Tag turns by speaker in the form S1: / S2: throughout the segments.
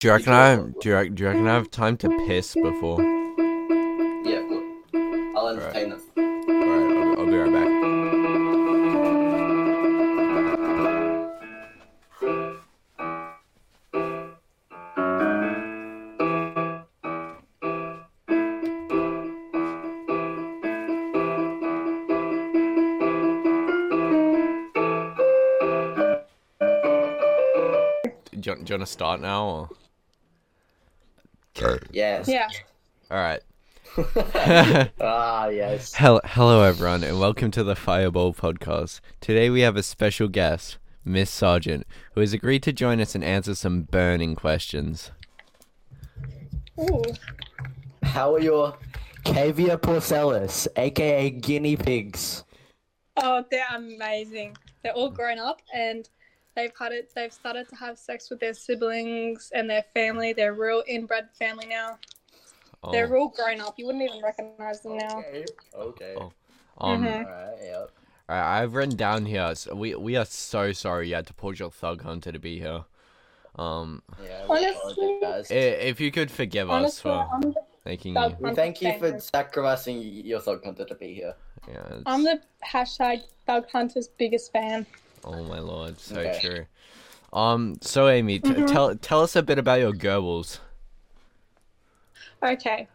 S1: Do you reckon I have, do you, rec- do you reckon I have time to piss before? Alright,
S2: Yeah, well, I'll entertain them.
S1: I'll, I'll be right back. Do you, want- do you want to start now? Or?
S2: Yes.
S3: Yeah.
S1: All right.
S2: Ah, yes.
S1: Hel- hello, everyone, and welcome to the Fireball Podcast. Today we have a special guest, Miss Sargent, who has agreed to join us and answer some burning questions.
S3: Ooh.
S2: How are your caviar porcellus, aka guinea pigs?
S3: Oh, they're amazing. They're all grown up and they've had it they've started to have sex with their siblings and their family. They're real inbred family now.
S1: Oh,
S3: They're all grown up. You wouldn't even recognize them now.
S2: Okay.
S1: Oh. um,
S3: Mhm.
S2: Alright, yep.
S1: all right, I've written down here. So we we are so sorry you had to pause your thug hunter to be here. Um,
S2: Yeah, we
S3: Honestly-
S1: i-
S2: apologize.
S1: if you could forgive us
S3: Honestly,
S1: for
S3: I'm the,
S1: making
S3: thug
S1: you,
S2: We thank you for sacrificing your thought content to be here.
S1: yeah, it's-
S3: I'm the hashtag Thug Hunter's biggest fan.
S1: oh my lord, so
S2: Okay.
S1: true. Um, so Amy, t-
S3: Mhm.
S1: tell tell us a bit about your Goebbels.
S3: Okay.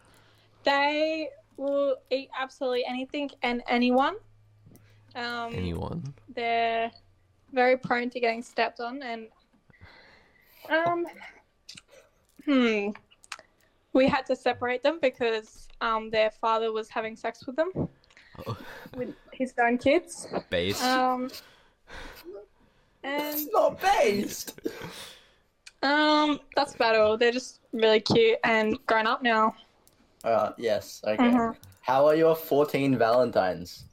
S3: They will eat absolutely anything and anyone. Um
S1: Anyone?
S3: they're very prone to getting stepped on and um hmm we had to separate them because um their father was having sex with them
S1: Oh,
S3: with his own kids
S1: base.
S3: um and
S2: not based!
S3: um that's about all they're just really cute and grown up now
S2: Alright, yes, okay.
S3: Mhm.
S2: How are your 14 Valentines?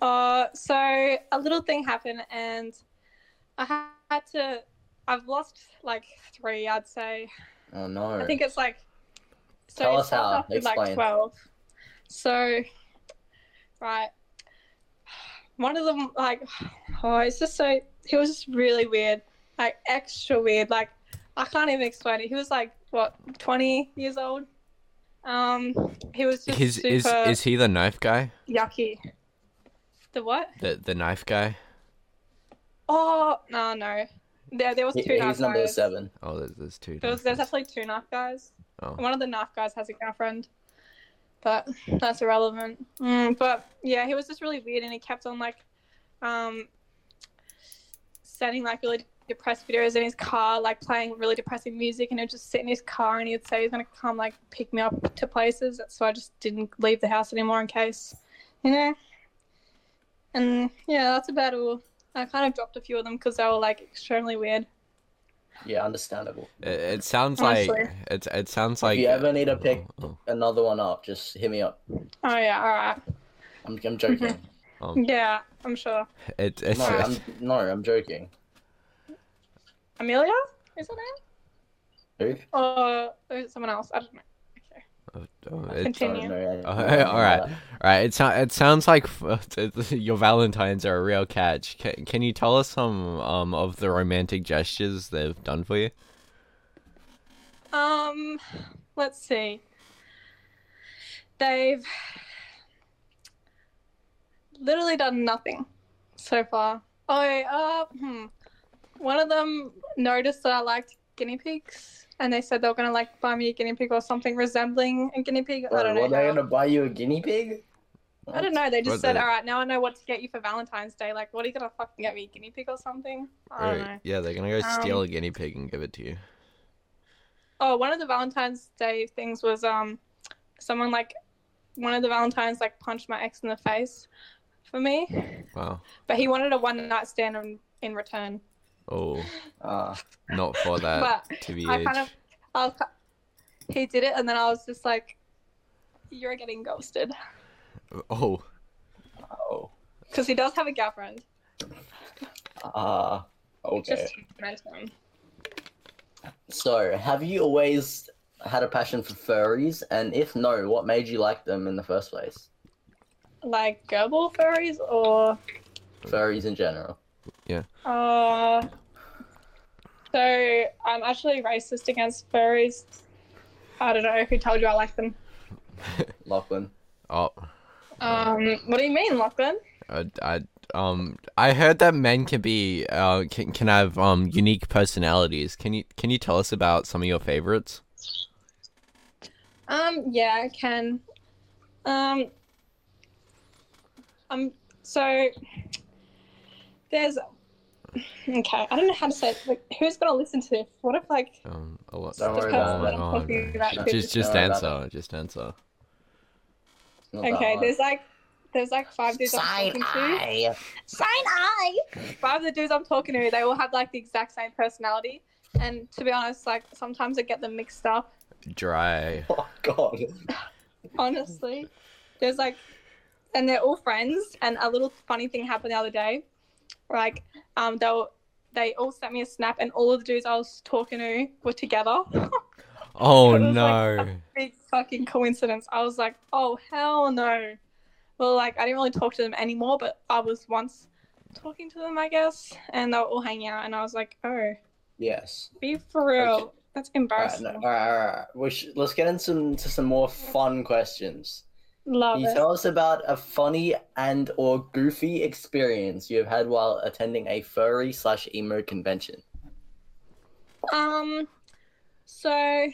S3: Uh, so a little thing happened, and I ha- had to. I've lost like three, I'd say.
S2: Oh no.
S3: I think it's like. So
S2: Tell
S3: it
S2: us how.
S3: starts off with,
S2: Explain.
S3: Like twelve. So, right. One of them, like, oh, it's just so. He was just really weird, like extra weird. Like, I can't even explain it. He was like what, twenty years old. Um, he was just
S1: His, is
S3: super
S1: is he the knife guy?
S3: yucky. The what?
S1: The the knife guy?
S3: Oh no, no. There, there was
S2: He-
S3: two knife
S2: he's number
S3: guys.
S2: seven.
S1: Oh, there's, there's two.
S3: There was,
S1: knife
S3: there's
S1: guys.
S3: definitely two knife guys.
S1: oh.
S3: One of the knife guys has a girlfriend, but that's irrelevant. Mm, but yeah, he was just really weird, and he kept on like, um, sending like really depressed videos in his car, like playing really depressing music, and he'd just sit in his car, and he'd say he's gonna come like pick me up to places. So I just didn't leave the house anymore in case, you know. And yeah, that's about all. I kind of dropped a few of them because they were like extremely weird.
S2: Yeah, understandable.
S1: It, it sounds like
S3: Honestly.
S1: it. It sounds like.
S2: you ever need a pic-
S1: oh,
S2: Another one up, just hit me up.
S3: Oh yeah, all right.
S2: I'm, I'm joking.
S3: Mm-hmm.
S1: oh, oh.
S3: Yeah, I'm sure.
S1: It, it's,
S2: no, I'm, no, I'm joking.
S3: Amelia? Is her name?
S2: Who?
S3: Or Uh, is it someone else? I don't know. Okay.
S1: oh, oh, it,
S2: Sorry,
S3: Continue.
S2: no,
S1: Oh,
S2: I- I-
S1: alright. right. It, so, it sounds like your Valentines are a real catch. Can, can you tell us some um of the romantic gestures they've done for you?
S3: Um, let's see. They've literally done nothing so far. Oh, uh, hmm. One of them noticed that I liked guinea pigs, and they said they were gonna like buy me a guinea pig or something resembling a guinea pig. I
S2: Bro,
S3: don't know.
S2: were they
S3: how.
S2: gonna buy you a guinea pig?
S3: I don't know. They just
S1: What
S3: said,
S1: the-
S3: "All right, now I know what to get you for Valentine's Day. Like, what are you gonna fucking get me, guinea pig or something?" I don't know. Um,
S1: Right. Yeah, they're gonna go steal a guinea pig and give it to you.
S3: Oh, one of the Valentine's Day things was um, someone like one of the Valentines like punched my ex in the face for me,
S1: Wow.
S3: but he wanted a one night stand in, in return.
S1: Oh,
S2: Ah,
S1: not for that.
S3: but
S1: to be
S3: I kind of, I was, ki- he did it, and then I was just like, "You're getting ghosted,"
S1: Oh.
S2: oh,
S3: because he does have a girlfriend.
S2: ah,
S3: It's
S2: okay.
S3: Just momentum.
S2: So, have you always had a passion for furries? And if no, what made you like them in the first place?
S3: like gerbil furries or
S2: Furries in general.
S3: Uh, So I'm actually racist against furries. I don't know who told you I like them.
S2: Lachlan.
S1: Oh,
S3: Um, what do you mean, Lachlan?
S1: I, I um I heard that men can be uh can, can have um unique personalities. Can you can you tell us about some of your favorites?
S3: Um, yeah, I can. Um, um, so there's okay. I don't know how to say it. Like, who's gonna listen to this? What if like
S1: Um, a lot.
S2: Don't
S3: the
S2: worry
S3: person
S2: about it.
S3: that I'm talking about?
S2: Just-
S3: could-
S1: Just just
S2: Don't worry about
S1: answer. Just answer.
S2: It's not that
S3: okay,
S2: hard.
S3: there's like there's like five dudes I'm talking to.
S2: eye.
S3: Sign I. Five of the dudes I'm talking to, they all have like the exact same personality. And to be honest, like sometimes I get them mixed up.
S1: Dry.
S2: Oh god.
S3: Honestly, there's like, and they're all friends. And a little funny thing happened the other day. Like, um, they were, they all sent me a snap, and all of the dudes I was talking to were together.
S1: Oh
S3: It was like-
S1: no.
S3: Big fucking coincidence. I was like, oh hell no. Well, like I didn't really talk to them anymore, but I was once talking to them, I guess, and they were all hanging out, and I was like, oh,
S2: Yes.
S3: be for real.
S2: Okay.
S3: That's
S2: Alright,
S3: embarrassing.
S2: no, alright, alright. alright. We sh- let's get into some, to some more fun questions.
S3: Love
S2: Can you
S3: it.
S2: tell us about a funny and or goofy experience you have had while attending a furry slash emo convention?
S3: Um, so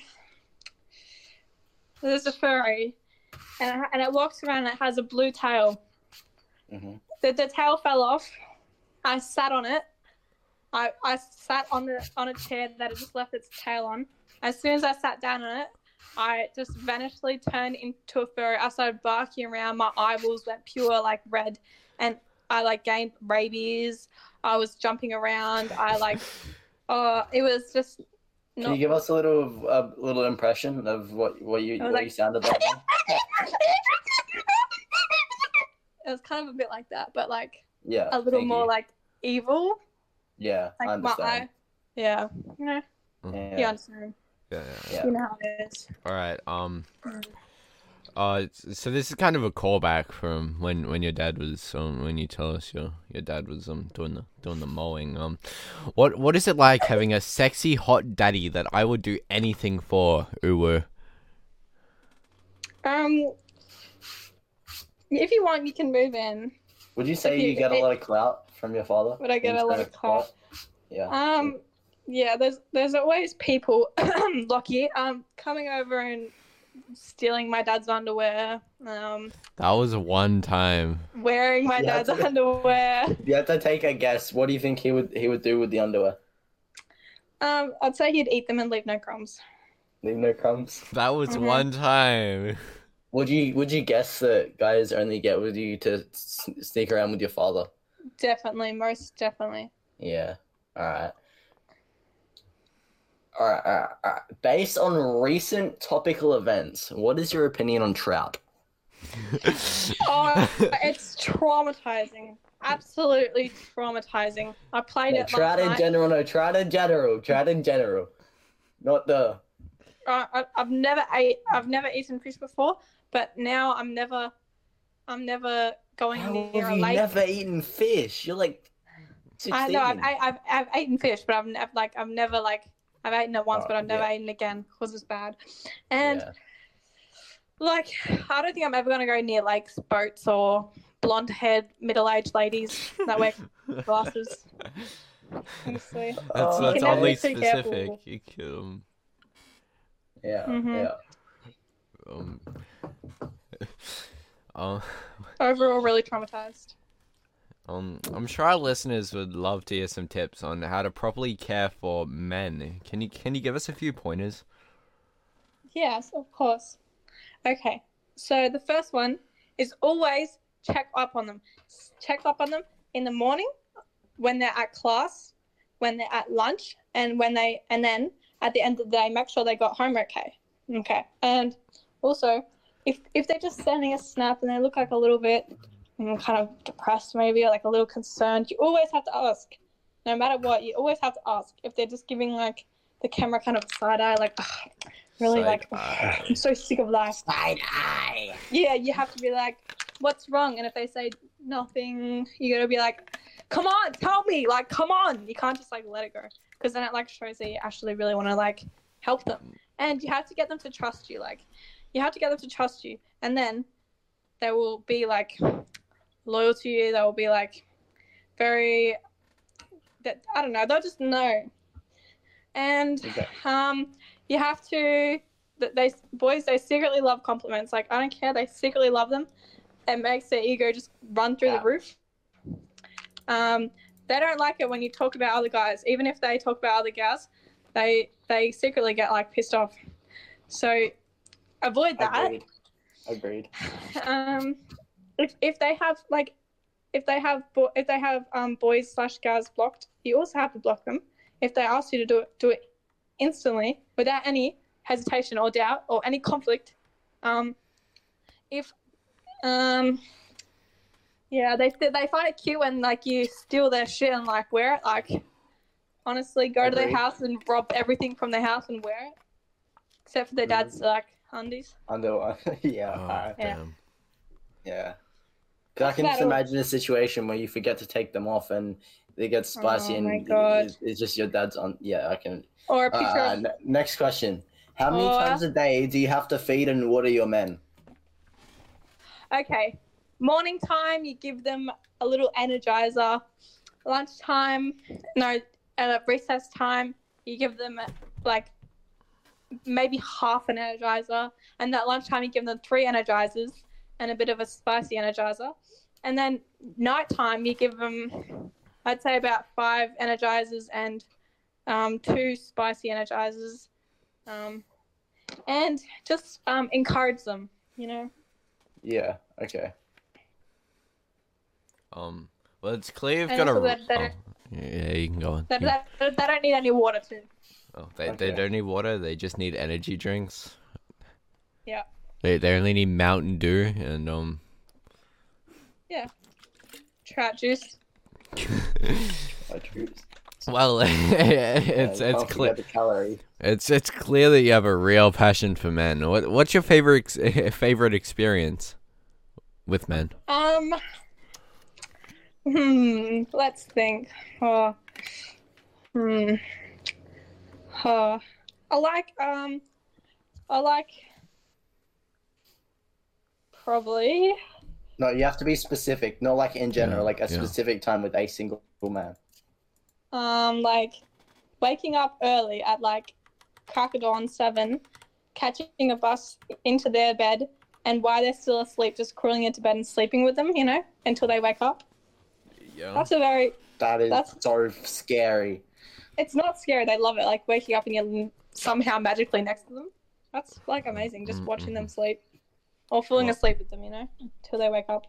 S3: there's a furry, and it, and it walks around. And it has a blue tail.
S2: Mm-hmm.
S3: The, the tail fell off. I sat on it. I, I sat on the on a chair that it just left its tail on. As soon as I sat down on it, I just vanishedly turned into a furry. I started barking around. My eyeballs went pure like red, and I like gained rabies. I was jumping around. I like, oh, it was just.
S2: Can you give us a little a little impression of what what you
S3: I
S2: what
S3: was
S2: you
S3: like-
S2: sounded like? then?
S3: it was kind of a bit like that, but like
S2: yeah.
S3: a little
S2: thank
S3: more
S2: you.
S3: like evil.
S2: Yeah, I
S3: Like my eye.
S2: understand.
S3: Yeah. Yeah.
S2: Yeah.
S3: You understand.
S1: Yeah, yeah.
S2: Yeah.
S3: You know how it is.
S1: All right. Um.
S3: Mm.
S1: Uh. s- So this is kind of a callback from when when your dad was um when you tell us your your dad was um doing the doing the mowing. Um, what what is it like having a sexy hot daddy that I would do anything for? Uwu.
S3: Um if you want you can move in.
S2: Would you say
S3: If you-
S2: you get a
S3: it-
S2: lot of clout from your father?
S3: Would I get
S2: Being
S3: a lot
S2: kind
S3: of clout?
S2: Yeah.
S3: Um yeah, there's there's always people lucky, um, coming over and stealing my dad's underwear, um,
S1: That was one time.
S3: wearing my
S2: Yeah,
S3: dad's
S2: that's-
S3: underwear.
S2: If you had to take a guess, what do you think he would he would do with the underwear?
S3: Um, I'd say he'd eat them and leave no crumbs.
S2: Leave no crumbs.
S1: That was
S3: Mhm.
S1: one time.
S2: Would you would you guess that guys only get with you to s- sneak around with your father?
S3: Definitely, most definitely.
S2: Yeah. All right. All right, all right, all right. Based on recent topical events, what is your opinion on trout?
S3: Oh, it's traumatizing. Absolutely traumatizing. I played
S2: No,
S3: it
S2: trout
S3: last
S2: in
S3: night.
S2: general, no, trout in general, trout in general. Not the.
S3: I, I, I've never ate. I've never eaten fish before, but now I'm never. I'm never going
S2: How
S3: near
S2: have
S3: a
S2: you
S3: lake.
S2: never eaten fish? You're like. 16.
S3: I know. I've, I- I've I've eaten fish, but I've, never like I've never like I've eaten it once,
S2: Oh,
S3: but I've never
S2: yeah.
S3: eaten again because it's bad. And
S2: Yeah.
S3: like I don't think I'm ever gonna go near lakes, boats, or blonde-haired middle-aged ladies that wear glasses. Honestly.
S1: That's,
S2: Oh,
S1: that's
S3: Can I
S1: oddly
S3: be too careful?
S1: specific. You could, um,
S2: Yeah.
S3: Mhm.
S2: Yeah.
S1: um, um,
S3: Overall, really traumatized.
S1: um, I'm sure our listeners would love to hear some tips on how to properly care for men. Can you can you give us a few pointers?
S3: Yes, of course. Okay, so the first one is always check up on them. S- Check up on them in the morning, when they're at class, when they're at lunch, and when they and then at the end of the day, make sure they got home okay. Okay, and also if if they're just sending a snap and they look like a little bit mm, kind of depressed, maybe or like a little concerned, you always have to ask. No matter what, you always have to ask. If they're just giving like the camera kind of a side eye, like "Ugh, really
S1: Side
S3: like
S1: eye.
S3: I'm so sick of life.
S2: Side eye.
S3: Yeah, you have to be like, what's wrong? And if they say nothing, you gotta be like, come on, tell me. Like, come on. You can't just like let it go. because then it like shows that you actually really want to like help them, and you have to get them to trust you. Like, you have to get them to trust you, and then they will be like loyal to you. They will be like very that I don't know. They'll just know, and
S2: Okay.
S3: um, you have to. That they boys they secretly love compliments. Like I don't care, they secretly love them. It makes their ego just run through
S2: Yeah.
S3: the roof. Um, they don't like it when you talk about other guys, even if they talk about other gals. They they secretly get like pissed off. So avoid that
S2: Agreed. Agreed.
S3: um, if, if they have like if they have bo- if they have um, boys slash girls blocked, you also have to block them. If they ask you to do it, do it instantly without any hesitation or doubt or any conflict. Um, if um, yeah, they they find it cute when like you steal their shit and like wear it. Like honestly, go to their
S2: Agreed.
S3: house and rob everything from their house and wear it, except for their
S2: Mm-hmm.
S3: dad's like undies.
S2: Under one. yeah.
S1: Oh.
S2: alright.
S3: Yeah.
S1: damn.
S2: Yeah. 'Cause I
S3: That's
S2: can just
S3: about all.
S2: imagine a situation where you forget to take them off and they get spicy
S3: Oh
S2: and
S3: my
S2: it-
S3: God.
S2: It's, it's just your dad's on. Yeah, I can.
S3: Or a picture
S2: Uh,
S3: of
S2: ne- next question. How many
S3: Oh.
S2: times a day do you have to feed and water your men?
S3: Okay. Morning time, you give them a little energizer. Lunchtime, no, at recess time, you give them like maybe half an energizer. And at lunchtime, you give them three energizers and a bit of a spicy energizer. And then nighttime, you give them, I'd say, about five energizers and um, two spicy energizers. Um, and just um, encourage them, you know?
S2: Yeah. Okay.
S1: Um. Well, it's clear you've
S3: And
S1: got a.
S3: also
S1: r-
S3: that- that-
S1: oh, yeah, you can go on.
S3: They,
S1: You-
S3: they, they don't need any water too.
S1: oh, they, they
S2: Okay.
S1: don't need water. They just need energy drinks.
S3: Yeah.
S1: They they only need Mountain Dew and um.
S3: Trout juice.
S2: I choose.
S1: Well, it's
S2: Yeah,
S1: it's
S2: can't
S1: clear
S2: forget the calorie.
S1: it's it's clear that you have a real passion for men. What what's your favorite ex- favorite experience with men?
S3: Um. Hmm. Let's think. Oh. Hmm. Oh. I like. Um. I like. Probably.
S2: No, you have to be specific. Not like in general,
S1: Yeah,
S2: like a
S1: yeah.
S2: specific time with a single man.
S3: Um. Like, waking up early at like crack of dawn seven, catching a bus into their bed, and while they're still asleep, just crawling into bed and sleeping with them. You know, until they wake up.
S1: Yeah.
S3: That's a very.
S2: That is
S3: That's-
S2: so scary.
S3: It's not scary. They love it. Like waking up and you're n- somehow magically next to them. That's like amazing. Just
S1: Mm,
S3: watching them sleep, or falling
S1: Well-
S3: asleep with them. You know, until they wake up.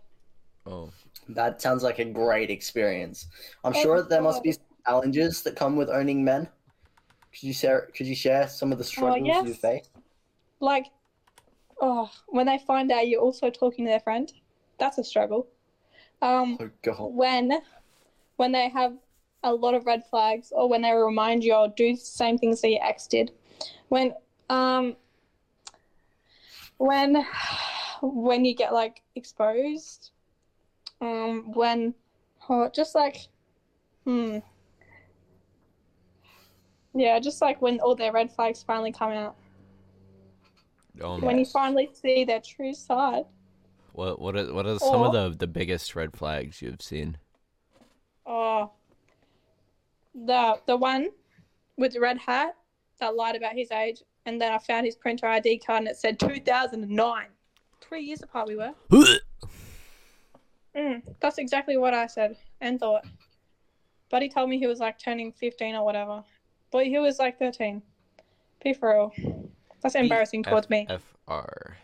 S1: Oh.
S2: That sounds like a great experience. I'm
S3: It
S2: sure there must be
S3: was.
S2: challenges that come with owning men. Could you share? Could you share some of the struggles
S3: Oh, yes.
S2: you face?
S3: Like, oh, when they find out you're also talking to their friend, that's a struggle. Um,
S2: Oh god.
S3: when when they have a lot of red flags or when they remind you or do the same things that your ex did when um when when you get like exposed um when oh, just like hmm yeah just like when all their red flags finally come out
S1: Um.
S3: when you
S2: Yes.
S3: finally see their true side
S1: What what are, what are some of
S3: Or-
S1: the the biggest red flags you've seen?
S3: Oh, the the one with the red hat that lied about his age, and then I found his printer ID card, and it said 2009. Three years apart we were. Mm, that's exactly what I said and thought. But he told me he was like turning 15 or whatever. But he was like 13. Be for real. That's embarrassing towards me.
S1: F R.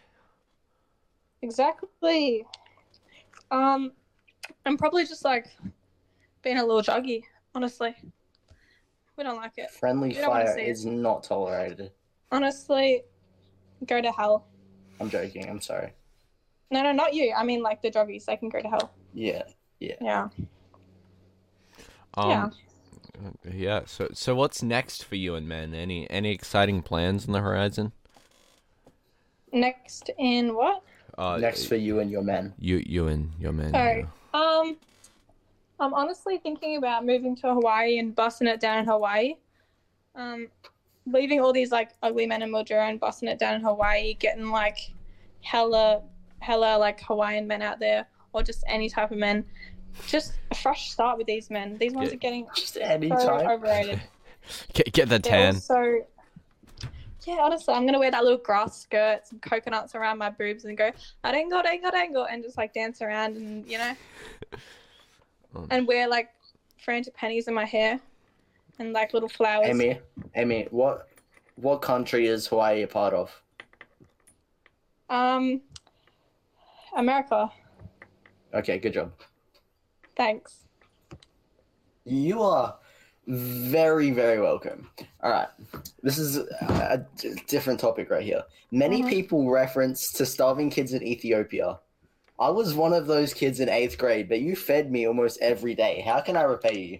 S3: Exactly. Um, I'm probably just like being a little juggy, honestly. We don't like it.
S2: Friendly
S3: You don't wanna
S2: fire
S3: say it.
S2: is not tolerated.
S3: Honestly, go to hell.
S2: I'm joking. I'm sorry.
S3: No, no, not you. I mean, like the juggies, they can go to hell.
S2: Yeah.
S3: Yeah.
S1: Um,
S3: yeah.
S1: Yeah. So so what's next for you and men? Any any exciting plans on the horizon?
S3: Next in what?
S1: Uh,
S2: Next for you and your men.
S1: you you and your men.
S3: Sorry.
S1: yeah.
S3: Um, I'm honestly thinking about moving to Hawaii and busting it down in Hawaii. um, leaving all these like ugly men in Mildura and busting it down in Hawaii, getting like hella, hella like Hawaiian men out there, or just any type of men. Just a fresh start with these men. These ones
S1: Yeah.
S3: are getting
S2: Just any
S3: so
S2: time.
S3: overrated.
S1: Get, get the
S3: They're
S1: tan.
S3: also, yeah, honestly, I'm gonna wear that little grass skirt, some coconuts around my boobs, and go I dangle, dangle, dangle, and just like dance around, and you know,
S1: Um.
S3: and wear like frantic pennies in my hair, and like little flowers.
S2: Emmy, Emmy, what what country is Hawaii a part of?
S3: Um, America,
S2: Okay, good job.
S3: thanks.
S2: You are very, very welcome. All right. This is a d- different topic right here. Many
S3: Mhm.
S2: people reference to starving kids in Ethiopia. I was one of those kids in eighth grade, but you fed me almost every day. How can I repay you?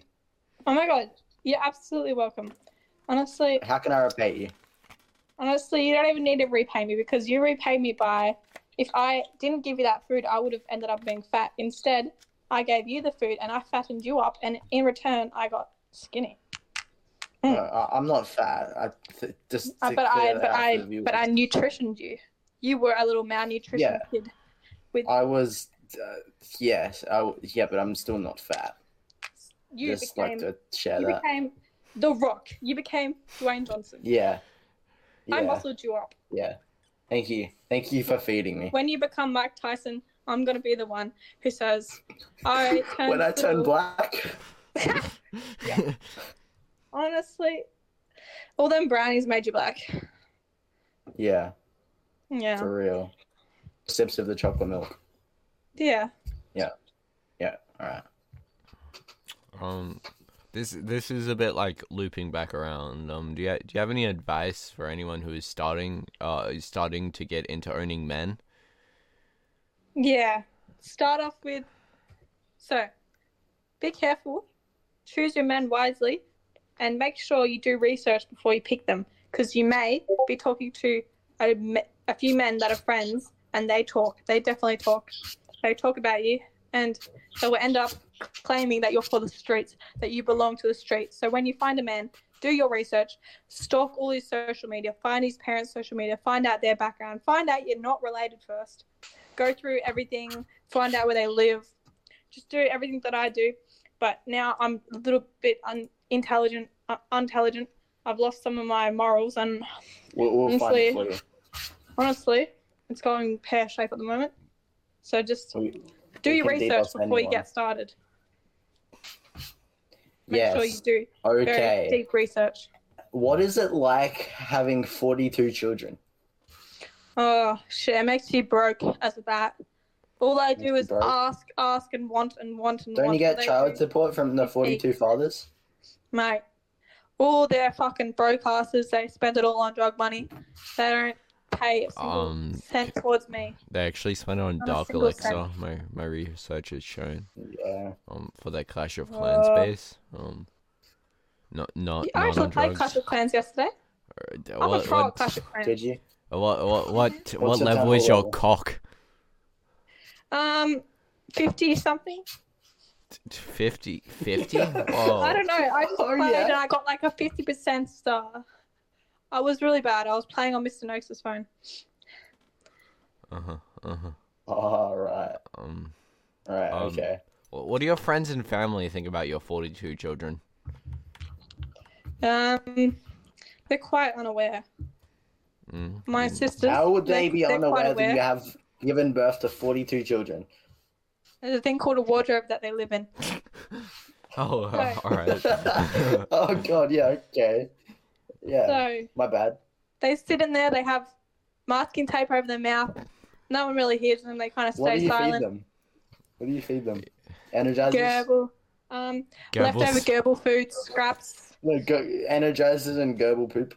S3: Oh my god, you're absolutely welcome. Honestly,
S2: How can I repay you?
S3: honestly, you don't even need to repay me because you repaid me by. If I didn't give you that food, I would have ended up being fat. Instead, I gave you the food and I fattened you up, and in return, I got skinny. Mm.
S2: No, Uh, I, I'm not fat. I th- just
S3: Uh,
S2: to
S3: but
S2: clear
S3: I,
S2: that
S3: but
S2: out for
S3: I,
S2: the viewers.
S3: but I nutritioned you. You were a little malnutrition
S2: Yeah.
S3: kid.
S2: I was, uh, yes, I w yeah, but I'm still not fat.
S3: You
S2: just
S3: became,
S2: like to share
S3: you
S2: that.
S3: became the Rock. You became Dwayne Johnson.
S2: Yeah.
S3: I
S2: Yeah.
S3: muscled you up.
S2: Yeah. Thank you. Thank you for feeding me.
S3: When you become Mike Tyson, I'm gonna be the one who says, "I turned
S2: When I turn
S3: blue."
S2: black,
S3: Honestly, all them brownies made you black.
S2: yeah,
S3: Yeah.
S2: for real. Sips of the chocolate milk.
S3: Yeah.
S2: All right.
S1: Um, this this is a bit like looping back around. Um, do you do you have any advice for anyone who is starting uh is starting to get into owning men?
S3: Yeah. Start off with so be careful, choose your men wisely, and make sure you do research before you pick them because you may be talking to a, me- a few men that are friends and they talk. They definitely talk. They talk about you and they will end up claiming that you're for the streets, that you belong to the streets. So when you find a man, do your research, stalk all his social media, find his parents' social media, find out their background, find out you're not related first go through everything, find out where they live, just do everything that I do. But now I'm a little bit un- intelligent, uh, intelligent. I've lost some of my morals, and
S2: We'll, we'll find it for
S3: Honestly.
S2: you.
S3: honestly, it's going pear shape at the moment. So just
S2: So we-
S3: do
S2: we
S3: your
S2: can date
S3: research
S2: off
S3: before you
S2: anyone.
S3: get started. Make
S2: Yes.
S3: sure you do very
S2: okay.
S3: deep research.
S2: What is it like having 42 children?
S3: Oh shit, it makes you broke as a bat. All I do
S2: Makes you
S3: is
S2: broke.
S3: ask, ask, and want, and want, and
S2: Don't
S3: want.
S2: you
S3: and
S2: get
S3: they
S2: child
S3: do.
S2: support from the 42 fathers?
S3: mate. All their fucking bro classes, they spend it all on drug money. They don't pay a single
S1: Um,
S3: cent towards me.
S1: They actually spent it on
S3: Not a
S1: Dark
S3: single
S1: Elixir. My my research has shown
S2: Yeah.
S1: um for that Clash of Clans
S3: Uh,
S1: base. Um, not not
S3: I
S1: not
S3: actually
S1: on
S3: played
S1: drugs.
S3: Clash of Clans yesterday.
S1: Uh, d-
S3: I'm a
S1: What
S3: pro at
S1: what
S3: Clash of Clans.
S2: Did you?
S1: what what what, what
S2: What's the
S1: level
S2: total
S1: is your
S2: level?
S1: cock?
S3: Um, fifty something.
S1: 50 50 oh
S3: I don't know. I just
S2: Oh,
S3: played
S2: yeah.
S3: and I got like a fifty percent star. I was really bad. I was playing on Mr. Noakes' phone.
S1: uh-huh uh-huh
S2: All right.
S1: um
S2: All right.
S1: Um,
S2: okay.
S1: wh- what do your friends and family think about your 42 children
S3: Um, they're quite unaware.
S1: mm.
S3: My sisters.
S2: How would they
S3: they're-
S2: be
S3: they're quite
S2: unaware that you have given birth to 42 children?
S3: There's a thing called a wardrobe that they live in.
S1: oh
S3: Sorry.
S1: all right
S2: oh, God. Yeah. Okay. Yeah.
S3: So.
S2: My bad.
S3: they sit in there. They have masking tape over their mouth. No one really hears them. They kind of
S2: What do
S3: stay
S2: you feed
S3: silent.
S2: them? What do you feed them? Energizers.
S3: Gerbil, um, leftover
S1: Gavels.
S3: gerbil food scraps.
S2: No, go- energizers and gerbil poop.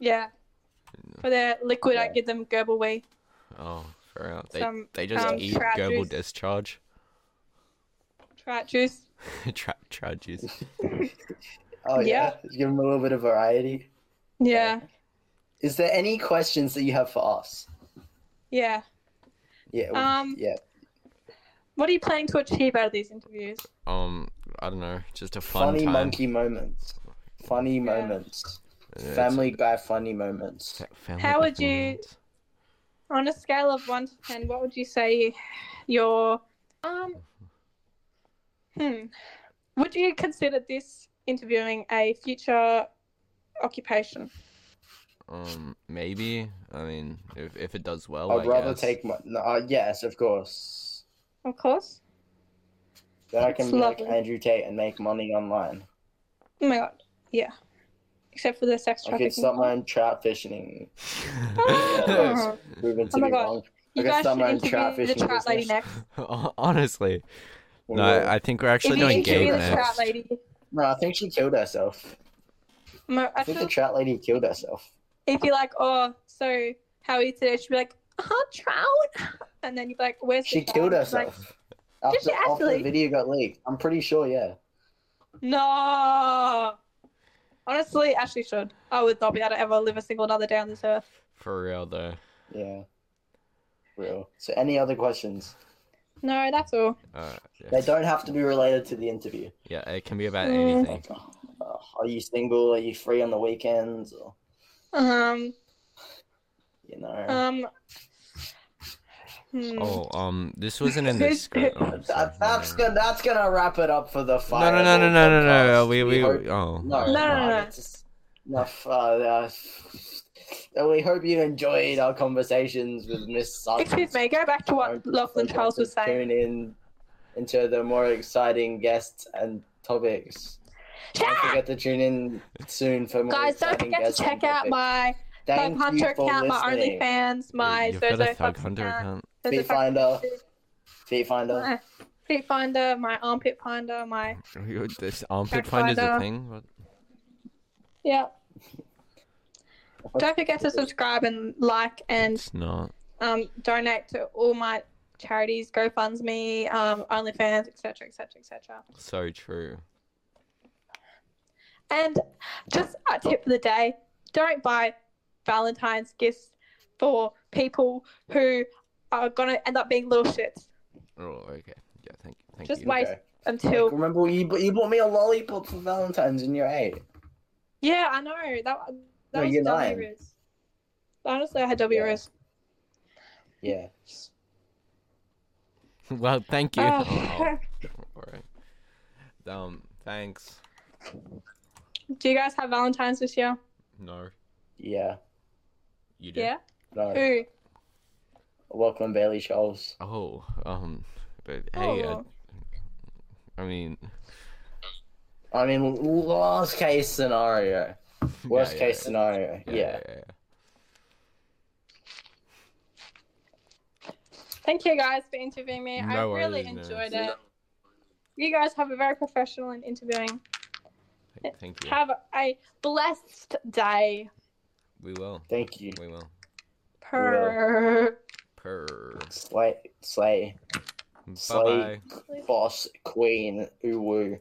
S3: Yeah. For their liquid, I
S2: Yeah.
S3: give them gerbil wee.
S1: oh fair enough they,
S3: Some,
S1: they just
S3: um,
S1: eat
S3: trout
S1: gerbil
S3: juice.
S1: discharge
S3: trout juice.
S1: trout trout juice
S2: Oh yeah.
S3: Yeah.
S2: Give them a little bit of variety.
S3: Yeah,
S2: Is there any questions that you have for us?
S3: yeah.
S2: Yeah. we-
S3: Um,
S2: yeah.
S3: What are you planning to achieve out of these interviews?
S1: um i don't know just a fun
S2: Funny
S1: time
S2: monkey moments. Funny
S3: Yeah.
S2: moments.
S1: It's-
S2: Family Guy funny moments.
S1: fa- family
S3: How would you-
S1: government.
S3: On a scale of one to ten, what would you say your um hmm would you consider this interviewing a future occupation?
S1: Um, maybe. I mean, if if it does well,
S2: I'd
S1: I
S2: rather
S1: guess.
S2: take my. no, Uh, yes, of course.
S3: Of course.
S2: Then I
S3: It's
S2: can be like
S3: lovely.
S2: Andrew Tate and make money online.
S3: Oh my god. Yeah. Except for the sex
S2: I
S3: trafficking.
S2: could start my own trout fishing.
S3: Oh.
S2: Proven to
S3: Oh my
S2: be
S3: God.
S2: wrong.
S3: you
S2: I could
S3: guys
S2: start
S3: should
S2: my own trout
S3: interview the
S2: fishing
S3: trout lady
S2: business.
S3: next.
S1: Hon- Honestly, no,
S2: Ooh.
S1: I, I think we're actually
S3: if you
S1: doing
S2: interview
S1: game
S3: the
S2: next.
S3: trout
S1: next.
S3: lady,
S2: No, I think she killed herself.
S3: mo- I
S2: I think the
S3: feel
S2: trout lady killed herself.
S3: if you're like, oh, so how are you today? She'd be like, oh, trout. And then you'd be like, where's the
S2: She
S3: trout?
S2: killed
S3: And she's like,
S2: herself. After,
S3: she
S2: after the
S3: actually?
S2: video got leaked. I'm pretty sure, yeah.
S3: No. Honestly, Ashley should. I would not be able to ever live a single another day on this earth.
S1: For real, though.
S2: Yeah. Real. So, any other questions?
S3: No, that's all.
S1: Uh,
S2: They don't have to be related to the interview.
S1: yeah, it can be about
S3: Mm.
S1: anything.
S2: Like, uh, are you single? Are you free on the weekends? Or,
S3: Um,
S2: you know.
S3: um. hmm.
S1: Oh, um, this wasn't in the
S3: Who's-
S1: script. Oh,
S2: That-
S1: sorry.
S2: that's
S1: No,
S2: gonna that's gonna wrap it up for the
S1: no,
S2: fire.
S1: No, no, no, no, no, no, no.
S2: podcast.
S1: We, we,
S2: hope-
S1: oh.
S2: no,
S1: alright.
S3: No, no, no.
S2: it's just- no, f- uh, uh, so we hope you enjoyed our conversations with Miss Sutton.
S3: Excuse me. Go back to what Lachlan Charles was saying.
S2: Tune in into the more exciting guests and topics. Don't
S3: Chat!
S2: forget to tune in soon for more
S3: Guys, don't
S2: exciting
S3: forget
S2: guests
S3: to
S2: and
S3: check out
S2: topics.
S3: my
S2: Thank
S3: Thug
S2: you
S3: Hunter
S2: for
S3: account, my
S2: listening.
S3: OnlyFans, my
S1: You've got a
S3: Zozo
S1: Thug
S3: Fox
S1: Hunter
S3: account.
S1: account.
S3: Zozo
S2: Feet
S3: Fox
S2: Finder.
S3: account.
S2: Feet Finder.
S3: My Feet Finder, my Armpit Finder, my
S1: You- This armpit
S3: Fact
S1: find is a
S3: finder.
S1: thing. What?
S3: yeah. Don't forget to subscribe and like and
S1: It's not.
S3: um, donate to all my charities, GoFundMe, um, OnlyFans, etc., etc., etc.
S1: So true.
S3: And just a tip for the day: don't buy Valentine's gifts for people who are gonna end up being little shits
S1: Oh, okay. Yeah, thank, thank
S3: Just
S1: you.
S3: wait.
S2: Okay. Like,
S3: until.
S2: remember, you, bu- you bought me a lollipop for Valentine's and you're eight.
S3: Yeah, I know that. That
S2: No,
S3: was
S2: you're lying.
S3: W Riz. Honestly, I had W
S2: Yeah.
S3: Riz.
S2: Yeah.
S1: Well, thank you.
S3: Oh.
S1: all right. Um, thanks.
S3: Do you guys have Valentine's this year?
S1: No,
S2: Yeah.
S1: you did.
S3: Yeah.
S2: No.
S3: Who?
S2: Welcome, Bailey Scholes.
S1: Oh, um, but hey, uh, I-
S3: Oh.
S1: I, mean,
S2: I mean, worst case scenario. Worst
S1: yeah,
S2: case
S1: yeah,
S2: scenario. Yeah.
S1: yeah, yeah.
S3: Thank you guys for interviewing me. I
S1: No
S3: really
S1: worries, no
S3: enjoyed
S1: worries.
S3: it. You guys have a very professional in interviewing. Eh,
S1: Thank- Thank you.
S3: Have a blessed day.
S1: We will.
S2: Thank you.
S1: We will.
S3: Per.
S1: Purr.
S2: Slay, slay,
S1: Bye
S2: Slay.
S1: bye.
S2: boss, queen, uwu.